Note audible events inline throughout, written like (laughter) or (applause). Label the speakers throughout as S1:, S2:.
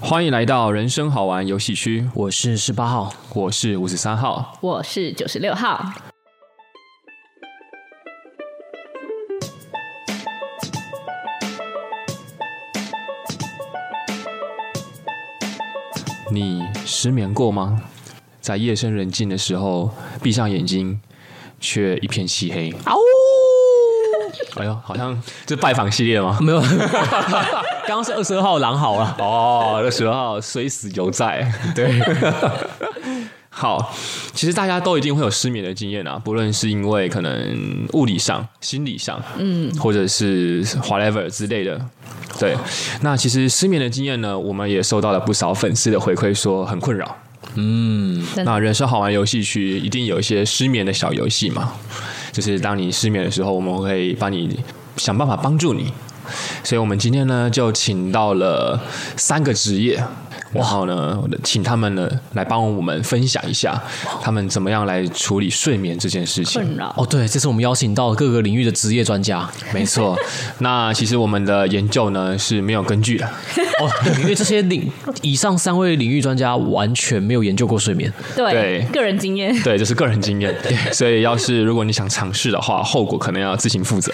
S1: 欢迎来到人生好玩游戏区，
S2: 我是十八号，
S1: 我是五十三号。
S3: 我是九十六号，
S1: 你失眠过吗？在夜深人静的时候，闭上眼睛，却一片漆黑。
S2: 啊呜！
S1: 哎呦，好像这拜访系列吗？
S2: 没有， (laughs) 刚刚是二十二号狼嚎啊。
S1: 哦，那时候虽死犹在。对，好，其实大家都一定会有失眠的经验啊，不论是因为可能物理上、心理上，嗯，或者是 whatever 之类的。对，那其实失眠的经验呢，我们也收到了不少粉丝的回馈，说很困扰。
S3: 真的
S1: 那人生好玩游戏区一定有一些失眠的小游戏嘛，就是当你失眠的时候，我们会帮你想办法帮助你。所以我们今天呢，就请到了三个职业，然后呢，请他们呢来帮我们分享一下他们怎么样来处理睡眠这件事情。
S3: 困扰。
S2: 哦，对，这次我们邀请到各个领域的职业专 (laughs) 家。
S1: 没错，哦那其实我们的研究呢是没有根据的，
S2: 哦，对，因为这些领以上三位领域专家完全没有研究过睡眠。
S1: 对
S3: 对，个人经验。 (laughs)
S1: 对，这是个人经验。所以要是如果你想尝试的话，后果可能要自行
S3: (laughs)
S1: 负责。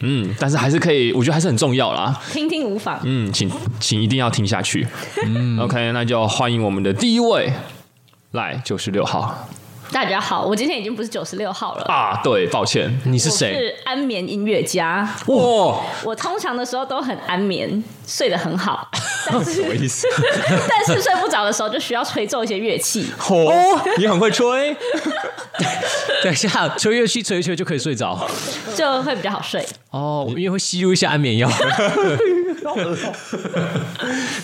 S1: 嗯，但是还是可以，我觉得还是很重要啦。
S3: 听听无妨。
S1: 嗯，请请一定要听下去。嗯，OK，那就欢迎我们的第一位，来九十六号
S3: 大家好，我今天已经不是九十六号了，
S1: 啊，对，抱歉，
S2: 你
S3: 你
S2: 是谁？
S3: 是安眠音乐家。
S1: 哇，
S3: 我通常的时候都很安眠，睡得
S1: (laughs)
S3: 很好，但
S1: 什么
S3: 是
S1: 意思？
S3: (laughs) 但是睡不着的时候就需要吹奏一些乐器。
S1: 哦，你很会吹，
S2: 等一下，吹乐器吹一吹就可以睡 (laughs) 着。
S3: 就会比较好睡。
S2: 哦，因为会吸入一些安眠药。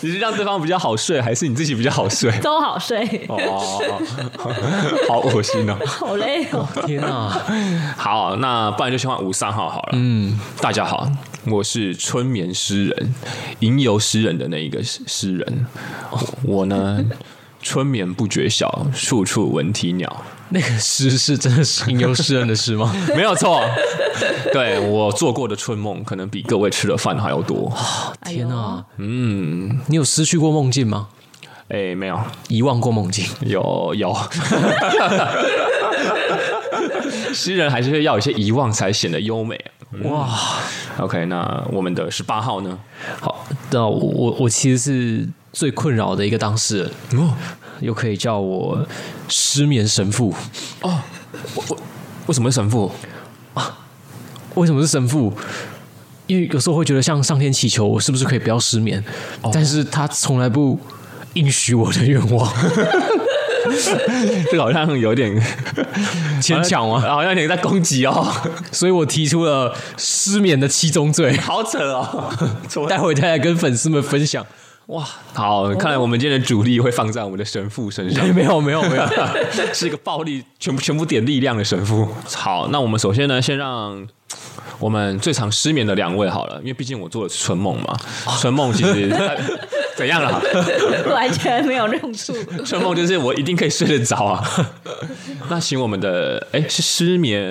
S1: 你是让对方比较好睡，还是你自己比较好睡？
S3: 都好睡，
S1: 哦， (laughs) 好恶心哦。
S3: 好累哦。
S2: (laughs) 天哪！
S1: 好，那不然就先换五三号好了。嗯，大家好，我是春眠诗人，吟游诗人的那一个诗诗人。我呢，春眠不觉晓，处处闻啼鸟。
S2: 那个诗是真的 (laughs) 是吟游诗人的诗吗？
S1: (laughs) 没有错，对我做过的春梦，可能比各位吃的饭还要多。
S2: 天哪！嗯，你有失去过梦境吗？
S1: 哎，没有，
S2: 遗忘过梦境？
S1: 有有， (laughs) 诗人还是要有一些遗忘才显得优美。
S2: 嗯哇！
S1: OK，那我们的十八号呢？
S2: 好，那我我我其实是最困扰的一个当事人，
S1: 哦
S2: 又可以叫我失眠神父。
S1: 为什么是神父？
S2: 为什么是神父？因为有时候会觉得向上天祈求，我是不是可以不要失眠？但是他从来不应许我的愿望， (laughs)
S1: 这个好像有 (laughs) 点
S2: 牵强啊！
S1: 好像有点在攻击哦，
S2: 所以我提出了失眠的七宗 (laughs) 罪，
S1: 好扯哦。 (laughs)
S2: 待会再来跟粉丝们分享。哇，
S1: 好，看来我们今天的主力会放在我们的神父身上，
S2: 没有没有没有，
S1: (laughs) 是一个暴力全部全部点力量的神父。好，那我们首先呢，先让我们最常失眠的两位好了，因为毕竟我做的是春梦嘛，春梦其实哎怎样啦？
S3: 哎完全没有
S1: (laughs)
S3: 用处。
S1: 春梦就是我一定可以睡得着啊。那请我们的哎是失眠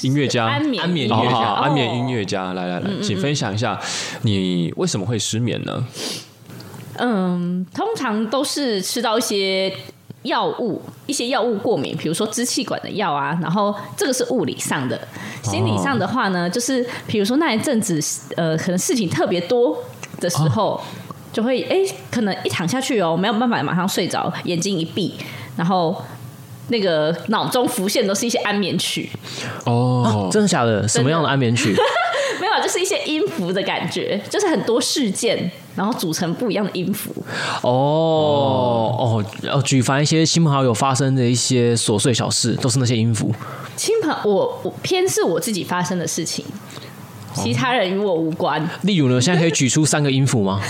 S1: 音乐家
S3: 安眠
S2: 安眠
S3: 音
S2: 音乐
S1: 好
S2: 家
S1: 好，
S3: 哦
S1: 安眠音乐家，来来来，请分享一下你为什么会失眠呢？
S3: 嗯，通常都是吃到一些药物，一些药物过敏，比如说支气管的药啊。然后这个是物理上的，心理上的话呢，就是比如说那一阵子，呃，可能事情特别多的时候，就会哎，可能一躺下去哦，没有办法马上睡着，眼睛一闭，然后。那个脑中浮现都是一些安眠曲，
S1: (laughs) 哦，
S2: (laughs) 真的假的？什么样的安眠曲？
S3: 没有，啊就是一些音符的感觉，就是很多事件，然后组成不一样的音符。
S2: 哦哦哦，举凡一些亲朋好友发生的一些琐碎小事，都是那些音符。
S3: 亲朋，我我偏是我自己发生的事情，其他人与我无关。
S2: 例如呢，现在可以举出三个音符吗？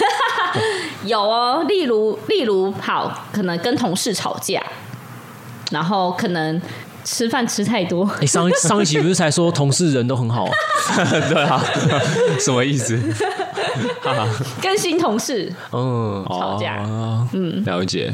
S3: 有哦，例如例如好，可能跟同事吵架，然后可能吃饭吃太多，
S2: 你哎上一上一集不是才说同事人都很好、啊？
S1: 对啊， (laughs) 什么意思？
S3: 跟新同事
S2: 嗯，
S3: 吵架。
S1: 哦、嗯，了解。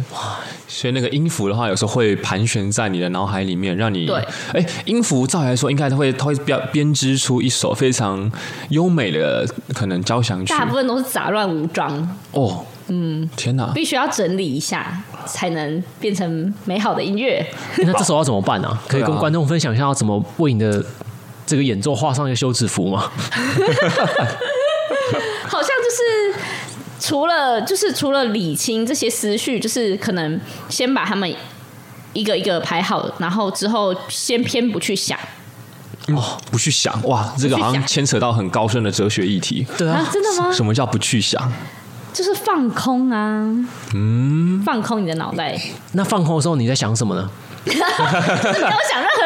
S1: 所以那个音符的话，有时候会盘旋在你的脑海里面，让你
S3: 对
S1: 哎，音符照理来说应该它会它会编编织出一首非常优美的可能交响曲
S3: 大部分都是杂乱无章，
S1: 哦。
S3: 嗯
S1: 天哪！
S3: 必须要整理一下，才能变成美好的音乐。
S2: 那这时候要怎么办啊？可以
S1: 对
S2: 跟
S1: 啊
S2: 观众分享一下要怎么为你的这个演奏画上一个休止符吗？ (laughs)
S3: 好像就是除了就是除了理清这些思绪，就是可能先把他们一个一个排好，然后之后先偏不去想
S1: 哦，不去想哇，这个好像牵扯到很高深的哲学议题。
S2: 对
S3: 啊，真的吗？
S1: 什么叫不去想？
S3: 就是放空啊，嗯，放空你的脑袋，
S2: 那放空的时候你在想什么呢？
S3: 不要想任何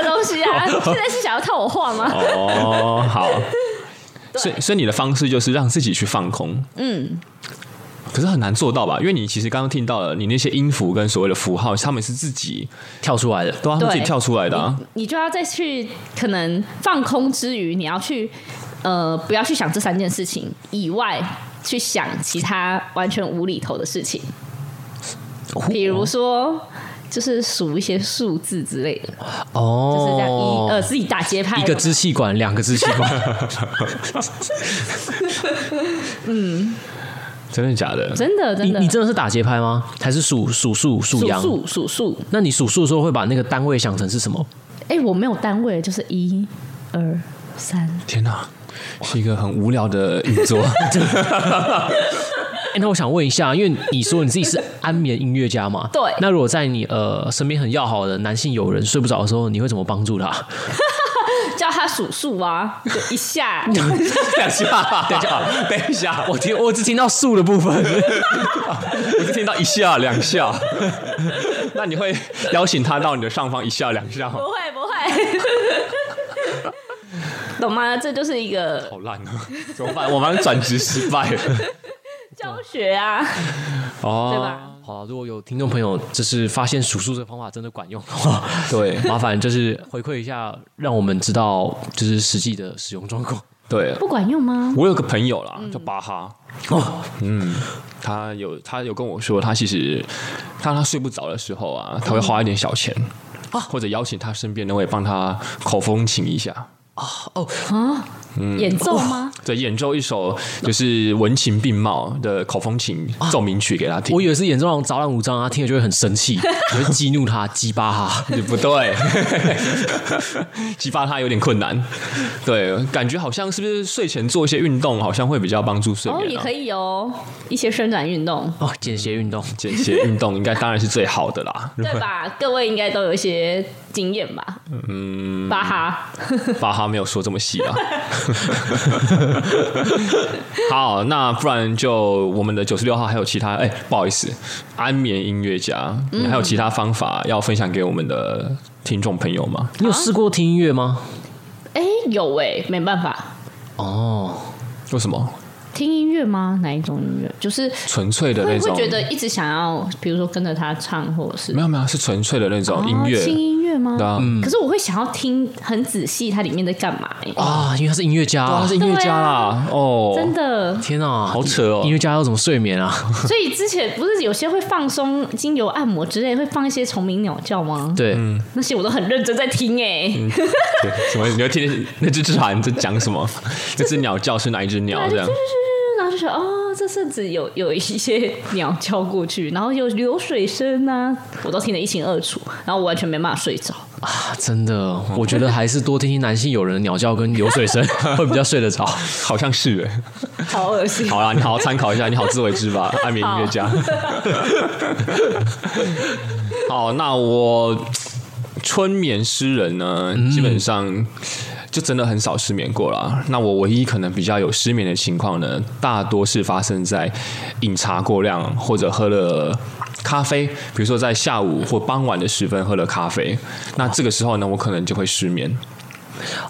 S3: 东西啊！现在是想要套我话吗？
S1: 哦， (laughs) 好。所以，所以你的方式就是让自己去放空，嗯。可是很难做到吧？因为你其实刚刚听到了，你那些音符跟所谓的符号，他们是自己
S2: 跳出来的，
S1: 都要自己
S3: 对
S1: 跳出来的、啊。
S3: 你就要再去可能放空之余，你要去呃，不要去想这三件事情以外，去想其他完全无厘头的事情，比如说。就是数一些数字之类的，
S2: 哦，
S3: 就是这样一呃自己打节拍，
S2: 一个支气管，两个支气管，
S1: 真的假的？
S3: 真的 (laughs)
S2: 你
S3: 真的，
S2: 你真的是打节拍吗？还是数数数数
S3: 数
S2: 羊？
S3: 数数数，
S2: 那你数数的时候会把那个单位想成是什么？
S3: (laughs) 哎，我没有单位，就是一、二、三，
S1: 天哪、是一个很无聊的运 (laughs) 作。
S2: 哎、那我想问一下，因为你说你自己是安眠音乐家嘛？
S3: (laughs) 对
S2: 那如果在你呃身边很要好的男性友人睡不着的时候，你会怎么帮助他？ (laughs)
S3: 叫他数数啊，就一 (laughs) 下，
S1: 等一下，等一下，等一下，
S2: 我听我只听到数的部分，
S1: 我就听到一下两下。 (laughs) 那你会邀请他到你的上方一下两下吗
S3: 不？会不会， (laughs) 懂吗？这就是一个
S1: 好烂啊！怎么办？我们转职失败 (laughs) 了。
S3: 教学啊，
S1: 哦，
S3: 对？吧？
S2: 好，如果有听众朋友就是发现数数这个方法真的管用的话， (laughs)
S1: 对
S2: 麻烦就是回馈一下，让我们知道就是实际的使用状况。
S1: 对，
S3: 不管用吗？
S1: 我有个朋友
S3: 嗯
S1: 啦，叫巴哈。
S2: (laughs)
S1: 哦，嗯，他有他有跟我说，他其实当他睡不着的时候
S3: 嗯
S1: 啊，他会花一点小钱。
S3: 啊
S1: 或者邀请他身边的位帮他口风琴一下，
S3: 演奏吗？
S1: 对，演奏一首就是文情并茂的口风琴奏鸣曲给他听
S3: 啊
S2: 我。以为是演奏那种早朗五章啊，听了就会很生气， (laughs) 我会激怒他，激巴他。
S1: 也不对， (laughs) 激发他有点困难。对，感觉好像是不是睡前做一些运动，好像会比较帮助睡
S3: (laughs) 哦，
S1: 眠、
S3: 也
S1: 啊。
S3: 可以哦，一些伸展运动，
S2: (laughs) 哦，间歇运动，
S1: 间歇运动应该当然是最好的啦。
S3: (laughs) 对吧？各位应该都有一些经验吧？嗯，巴哈，
S1: 巴哈没有说这么细啊。 (laughs) 好，那不然就我们的九十六号还有其他，哎、不好意思，安眠音乐家，
S3: 嗯
S1: 你还有其他方法要分享给我们的听众朋友吗？
S2: 你有试过听音乐吗？
S3: 哎，有哎，没办法，
S2: 哦，
S1: 为什么？
S3: 听音乐吗？哪一种音乐？就是
S1: 纯粹的那
S3: 会会
S1: 种？
S3: 觉得一直想要，比如说跟着他唱，或者是
S1: 没有没有，是纯粹的那种音乐。
S3: 哦轻音乐嗯吗？
S1: 对啊，
S3: 可是我会想要听很仔细，它里面在干嘛？哎，
S2: 啊，因为他是音乐家、啊
S1: 哇，他是音乐家啦，哦，
S3: 真的，
S2: 天啊，
S1: 好扯哦
S2: 音乐家要怎么睡眠啊？
S3: 所以之前不是有些会放松精油按摩之类，会放一些虫鸣鸟叫吗？
S2: 对，
S3: 那些我都很认真在听哎、
S1: 对，什么？你就听见那只蝉在讲什
S3: (laughs)
S1: 么？那只鸟叫是哪一只鸟？这样
S3: 然后就说哦，这甚至有有一些鸟叫过去，然后有流水声啊，我都听得一清二楚，然后我完全没办法睡着。
S2: 啊真的，我觉得还是多听听男性友人的鸟叫跟流水声 (laughs) 会比较睡得着。
S1: 好像是哎。
S3: 好恶心。
S1: 好啦，你好好参考一下，你好自为之吧，安眠音乐家。 (laughs) 好，那我春眠诗人呢，基本上就真的很少失眠过啦。那我唯一可能比较有失眠的情况呢，大多是发生在饮茶过量或者喝了。咖啡，比如说在下午或傍晚的时分喝了咖啡，那这个时候呢，我可能就会失眠。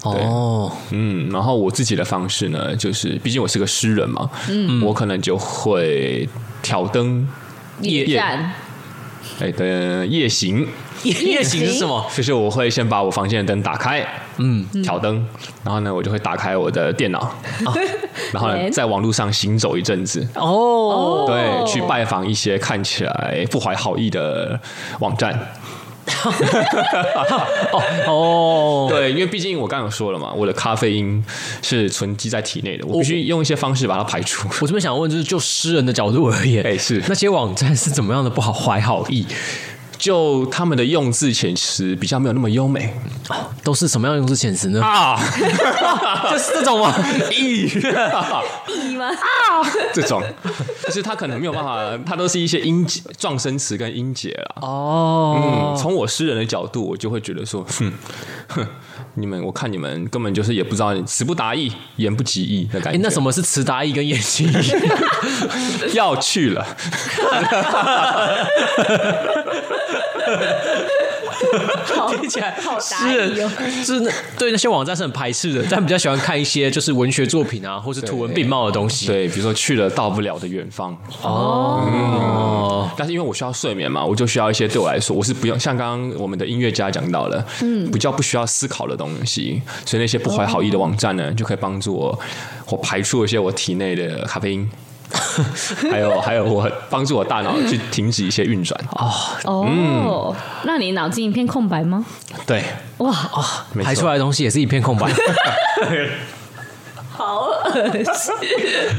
S2: 哦，
S1: 嗯，然后我自己的方式呢，就是毕竟我是个诗人嘛，嗯，我可能就会挑灯，
S3: 野
S1: 夜
S3: 战，
S1: 哎，的夜行，
S2: 夜夜
S3: 行
S2: 行是什么？
S1: 就是我会先把我房间的灯打开，哦嗯，挑灯，然后呢，我就会打开我的电脑，啊、 (laughs) 然后呢，
S3: 人
S1: 在网络上行走一阵子，
S2: 哦，
S3: 哦
S1: 对，去拜访一些看起来不怀好意的网站。
S2: 哦，
S1: 对，因为毕竟我刚刚有说了嘛，我的咖啡因是存积在体内的，我必须用一些方式把它排除。
S2: 我这边想问，就是就诗人的角度而言，
S1: 哎是
S2: 那些网站是怎么样的不好怀好意？
S1: 就他们的用字遣词比较没有那么优美
S2: 都是什么样的用字遣词呢？
S1: (laughs) 啊，
S2: 就是
S1: (laughs)
S2: 这种吗？
S3: 意吗？
S1: 这种就是他可能没有办法，他都是一些音节、撞声词跟音节啦。
S2: 哦，
S1: 嗯，从我诗人的角度，我就会觉得说，哼，哼，你们，我看你们根本就是也不知道，词不达意，言不及义的感
S2: 哎、
S1: 觉。
S2: 那什么是词达意跟言情意？
S1: 要去了？
S3: 好
S2: 听起来
S3: 好达
S2: 诗
S3: 意哦
S2: 人。是那对那些网站是很排斥的，但比较喜欢看一些就是文学作品啊，或是图文并茂的东西。
S1: 对，比如说去了到不了的远方，嗯
S2: 哦，
S1: 但是因为我需要睡眠嘛，我就需要一些对我来说，我是不用像刚刚我们的音乐家讲到了，嗯，比较不需要思考的东西，所以那些不怀好意的网站呢，就可以帮助我，我排除一些我体内的咖啡 (laughs) 因。还有还有，我帮助我大脑去停止一些运转。
S3: 哦，让你脑筋一片空白吗？
S1: (laughs) 对，
S3: 哇，
S1: 没
S2: 排出
S1: 错。
S2: 来的东西也是一片空白。
S3: 好恶心！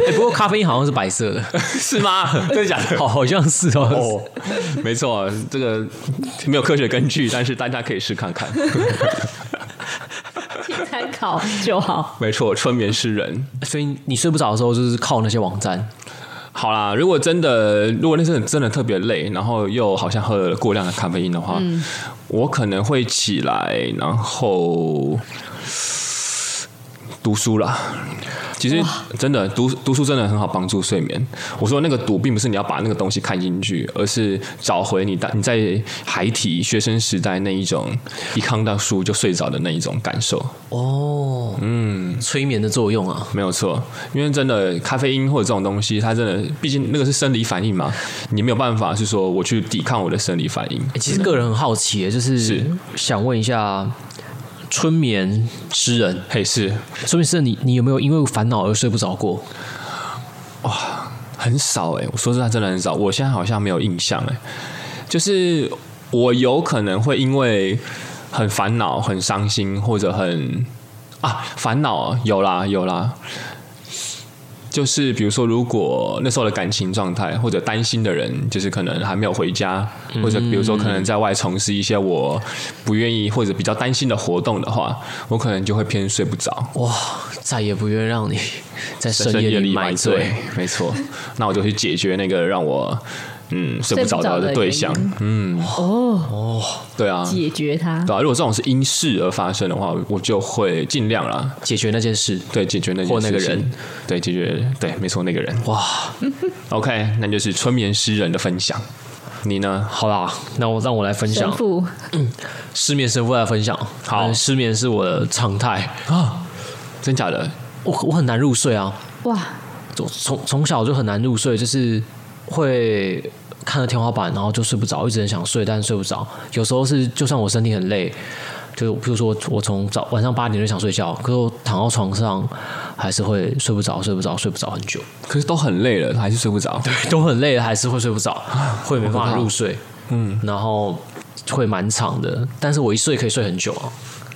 S2: 哎不过咖啡因好像是白色
S1: (laughs)
S2: 的，
S1: (laughs) 是吗？真的假的？
S2: 好好像是哦。
S1: 哦，没错，这个没有科学根据，但是大家可以试看 (laughs) 看。
S3: 请参考就好。
S1: 没错，春眠诗人。
S2: 所以你睡不着的时候，就是靠那些网站。
S1: 好啦，如果真的，如果那阵子真的特别累，然后又好像喝了过量的咖啡因的话，我可能会起来，然后读书啦。其实真的读读书真的很好帮助睡眠。我说那个读，并不是你要把那个东西看进去，而是找回你大你在孩提学生时代那一种一看到书就睡着的那一种感受。
S2: 哦，嗯，催眠的作用啊。
S1: 没有错，因为真的咖啡因或者这种东西，它真的，毕竟那个是生理反应嘛，你没有办法是说我去抵抗我的生理反应。
S2: 哎其实个人很好奇耶，就是
S1: 是
S2: 想问一下。春眠诗人，
S1: 嘿，是
S2: 春眠诗人你，你有没有因为烦恼而睡不着过？
S1: 很少哎、我说实在真的很少，我现在好像没有印象哎、就是我有可能会因为很烦恼、很伤心或者很啊烦恼啊有啦有啦，就是比如说，如果那时候的感情状态或者担心的人，就是可能还没有回家，或者比如说可能在外从事一些我不愿意或者比较担心的活动的话，我可能就会偏睡不着。
S2: 哇，再也不愿让你在深夜里买醉。，
S1: (laughs) 没错。那我就去解决那个让我嗯睡不着
S3: 睡不着
S1: 的
S3: 的
S1: 对象
S3: 原。
S1: 嗯，
S3: 哦，
S1: 对啊，
S3: 解决它。
S1: 对啊。如果这种是因事而发生的话，我就会尽量啦，
S2: 解决那件事。
S1: 对解决那件
S2: 或那个
S1: 事情
S2: 人，
S1: 对解决对，没错，那个人。
S2: 哇，
S1: OK，那就是春眠诗人的分享。你呢？
S2: 好啦，那我让我来分
S3: 神
S2: 享
S3: 父，
S2: 失眠神父来分享。
S1: 好
S2: 呃失眠是我的常态，
S1: 啊真假的？
S2: 我我很难入睡啊，
S3: 哇，
S2: 从从从小就很难入睡，就是会看着天花板，然后就睡不着，一直很想睡，但是睡不着。有时候是就算我身体很累，就比如说我从早晚上八点就想睡觉，可是我躺到床上还是会睡不着，睡不着，睡不着很久。 (laughs)
S1: 可是都很累了，还是睡不着。
S2: 都很累了，还是会睡不着，会没办法入睡，嗯，然后会蛮长的，但是我一睡可以睡很久啊，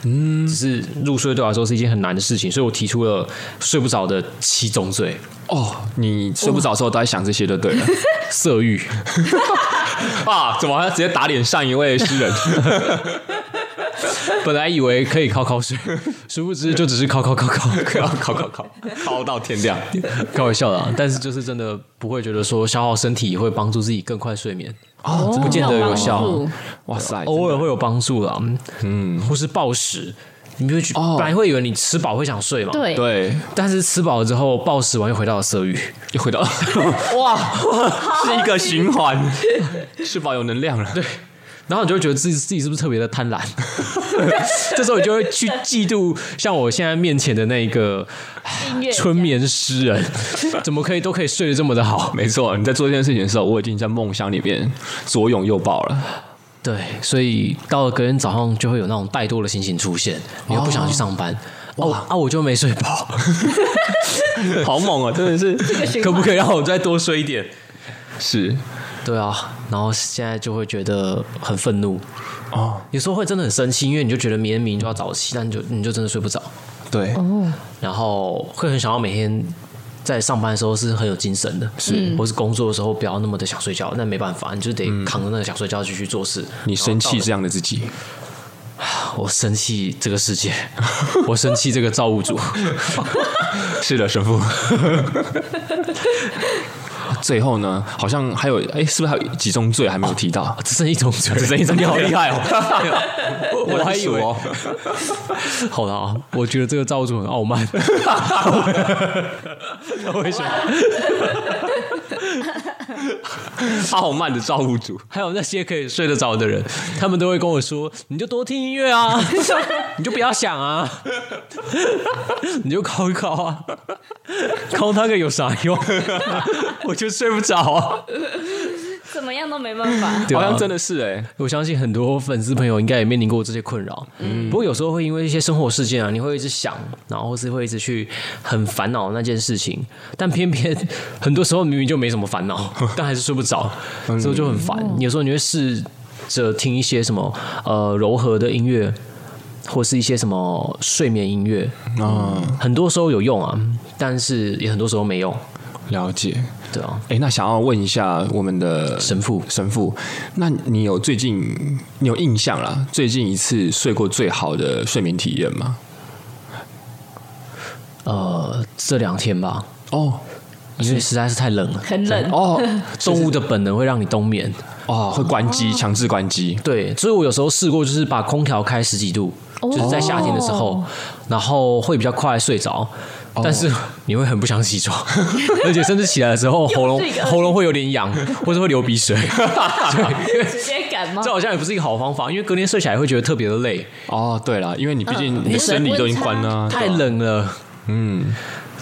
S2: 嗯，只是入睡对我来说是一件很难的事情，所以我提出了睡不着的七宗罪：
S1: 哦，你睡不着的时候都在想这些就对了
S2: 色欲、
S1: (laughs) 啊？怎么好像直接打脸上一位诗人？
S2: 本来以为可以靠靠睡， (laughs) 殊不知就只是靠靠靠靠
S1: (laughs) 靠
S2: 靠
S1: 靠靠靠，靠到天亮。
S2: 开玩笑的、啊。但是就是真的不会觉得说消耗身体会帮助自己更快睡眠，
S1: 哦，
S3: 不
S2: 见得有效
S1: 哇塞，
S2: 偶尔会有帮助啦，嗯，或是暴食，你不会觉
S1: 哦
S2: 本来会以为你吃饱会想睡嘛，
S3: 对，
S1: 对，
S2: 但是吃饱了之后暴食完又回到了色欲，
S1: 又
S2: (laughs)
S1: 回到哇，是一个循环，吃饱有能量了。对，
S2: 然后你就会觉得自己自己是不是特别的贪婪？
S1: (laughs)
S2: 这时候你就会去嫉妒，像我现在面前的那一个
S3: 音乐家 (laughs)
S2: 春眠诗人，怎么可以都可以睡得这么的好？
S1: 没错，你在做这件事情的时候，我已经在梦乡里面左拥右抱了。
S2: 对，所以到了隔天早上就会有那种怠惰的心情出现，你又不想去上班。哦啊，我就没睡饱，
S1: 好猛啊！真的是
S3: 这个循
S2: 可
S3: 环
S2: 不可以让我再多睡一点？
S1: 是，
S2: 对啊，然后现在就会觉得很愤怒，
S1: 哦，
S2: 有时候会真的很生气，因为你就觉得明天明天就要早起，但你就你就真的睡不着，
S1: 对，
S2: 哦然后会很想要每天在上班的时候是很有精神的，是，或是工作的时候不要那么的想睡觉，那没办法，你就得扛着那个想睡觉去去做事。
S1: 你生
S2: 然后
S1: 气这样的自己，
S2: 到了，我生气这个世界，我生气这个造物主。哦
S1: 是的，
S2: (laughs)
S1: 神父。最后呢，好像还有，哎，是不是还有几宗罪还没有提
S2: (laughs)
S1: 到？
S2: 啊只剩一种嘴，只
S1: 剩一种
S2: 你
S1: 嘴
S2: 好厉害哦！
S1: (laughs)
S2: (laughs) 我我还以
S1: 我
S2: 为
S1: 来数哦，
S2: (laughs) 好了啊，我觉得这个造物主很傲慢， (laughs) 为什么？
S1: 傲慢的造物主，
S2: 还有那些可以睡得着的人，他们都会跟我说：“你就多听音乐啊， (laughs) 你就不要想啊， (laughs) 你就考一考啊， (laughs) 考那个有啥用？ (laughs) 我就睡不着啊。
S3: 怎么样都没办
S1: (laughs)
S3: 法。
S2: 对啊
S1: 好像真的是哎、
S2: 我相信很多粉丝朋友应该也面临过这些困扰。嗯，不过有时候会因为一些生活事件啊，你会一直想，然后是会一直去很烦恼那件事情，但偏偏很多时候明明就没什么烦恼，但还是睡不 (laughs) 着，所以就很烦。有时候你会试着听一些什么呃柔和的音乐。或是一些什么睡眠音乐，
S1: 嗯，
S2: 很多时候有用啊，但是也很多时候没用，
S1: 了解。
S2: 对啊。
S1: 哎，那想要问一下我们的
S2: 神父
S1: 神父，那你有最近你有印象啦？最近一次睡过最好的睡眠体验吗？
S2: 呃，这两天吧，
S1: 哦
S2: 因为实在是太冷了，
S3: 很冷，
S1: 哦
S2: 动物的本能会让你冬眠。
S1: 哦，会关机，强制关机。
S2: 对，所以我有时候试过，就是把空调开十几度，
S3: 哦
S2: 就是在夏天的时候，然后会比较快睡着。但是你会很不想起床， (laughs) 而且甚至起来的时候喉
S3: (laughs)
S2: 咙
S3: 又是一个
S2: 喉咙会有
S3: (laughs)
S2: 点痒，或者会流鼻水。对， (laughs) 因为
S3: 直接感冒
S2: 这。好像也不是一个好方法，因为隔天睡起来会觉得特别的累，
S1: 哦，对了，因为你毕竟你的生理都已经关了、啊
S2: 太冷了。嗯，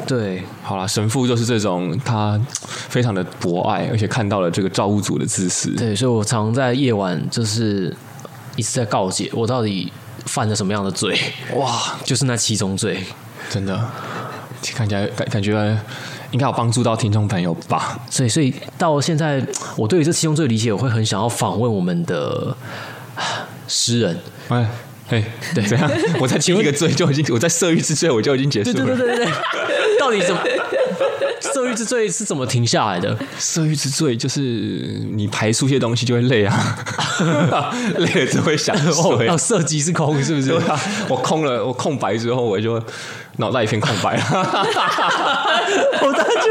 S2: 对，
S1: 好啦，神父就是这种，他非常的博爱，而且看到了这个造物主的自私。
S2: 对，所以我常在夜晚就是一直在告诫我到底犯了什么样的罪，
S1: 哇，
S2: 就是那七宗罪。
S1: 真的，看起来感感觉应该有帮助到听众朋友吧？
S2: 所以，所以到现在，我对于这七宗罪的理解，我会很想要访问我们的啊诗人。
S1: 哎。哎，对，怎样？
S2: (laughs)
S1: 我在听一个罪就已经，我在色欲之罪我就已经结束了。
S2: 对对， (laughs) 到底怎么？色欲之罪是怎么停下来的？
S1: 色欲之罪就是你排出一些东西就会累啊，
S2: (laughs)
S1: 累了就会想
S2: (laughs) 哦，
S1: 睡。
S2: 要色即是空，是不 (laughs) 是
S1: 对？啊，我空了，我空白之后，我就脑袋一片空白了。
S2: 我当然觉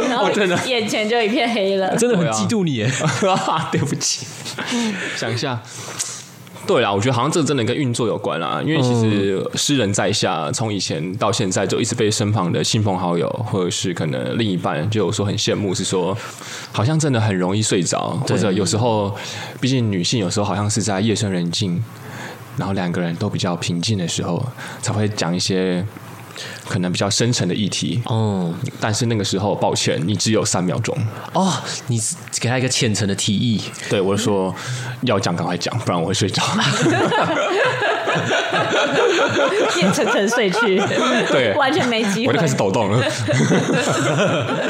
S2: 得
S3: 然后
S1: 我真的
S3: 眼前就一片黑了。 (laughs)
S2: 真的很嫉妒你耶。
S1: (laughs) 对不起，想一下。对啦，我觉得好像这真的跟运作有关啦，因为其实
S2: 嗯
S1: 诗人在下从以前到现在就一直被身旁的亲朋好友或者是可能另一半就有说很羡慕，是说好像真的很容易睡着，或者有时候，毕竟女性有时候好像是在夜深人静，然后两个人都比较平静的时候，才会讲一些可能比较深沉的议题。
S2: 哦
S1: 但是那个时候，抱歉，你只有三秒钟。
S2: 哦，你给他一个虔诚的提议，
S1: 对，我就说要讲赶快讲，不然我会睡着。
S3: 夜沉沉睡去，
S1: (laughs) 对
S3: 完全没机
S1: 我
S3: 会
S1: 就，开始抖动了。
S3: (laughs)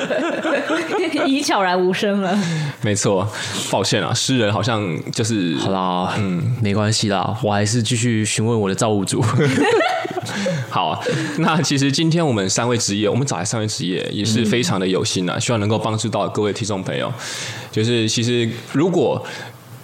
S3: 已悄然无声了。
S1: 没错，抱歉啊，诗人好像就是
S2: 好啦，嗯，没关系啦，我还是继续询问我的造物主。 (laughs)
S1: 好啊。那其实今天我们三位职业，我们找来三位职业也是非常的有心啊，希望能够帮助到各位听众朋友。就是其实如果。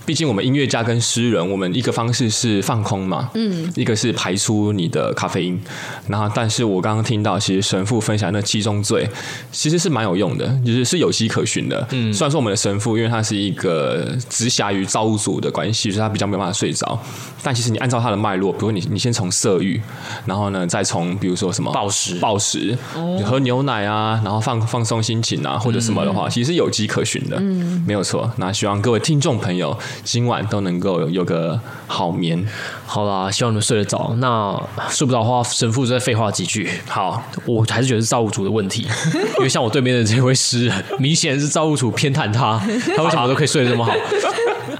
S1: 毕竟我们音乐家跟诗人，我们一个方式是放空嘛，嗯，一个是排出你的咖啡因。然后，但是我刚刚听到，其实神父分享那七宗罪，其实是蛮有用的，就是是有迹可循的。嗯，虽然说我们的神父，因为他是一个直辖于造物主的关系，所以他比较没有办法睡着。但其实你按照他的脉络，比如你你先从色欲，然后呢再从比如说什么
S2: 暴食
S1: 暴食，你喝牛奶啊，然后放放松心情啊，或者什么的话，其实是有迹可循的，嗯，没有错。那希望各位听众朋友今晚都能够有个好眠。
S2: 好啦，希望你们睡得着。那睡不着的话，神父再废话几句。
S1: 好，
S2: 我还是觉得是造物主的问题，
S1: (laughs) (laughs)
S2: 因为像我对面的这位诗人，明显是造物主偏袒他，他为什么都可以睡得这么好？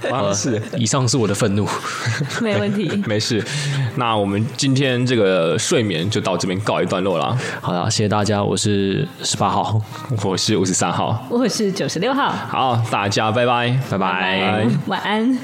S1: 好像是。
S2: 以上是我的愤怒。
S3: 没问题。
S1: (laughs) 没事，那我们今天这个睡眠就到这边告一段落啦。
S2: 好了，谢谢大家，我是十八号，
S1: 我是五十三号，
S3: 我是九十六号，
S1: 好，大家拜拜，
S2: 拜拜
S3: 晚安。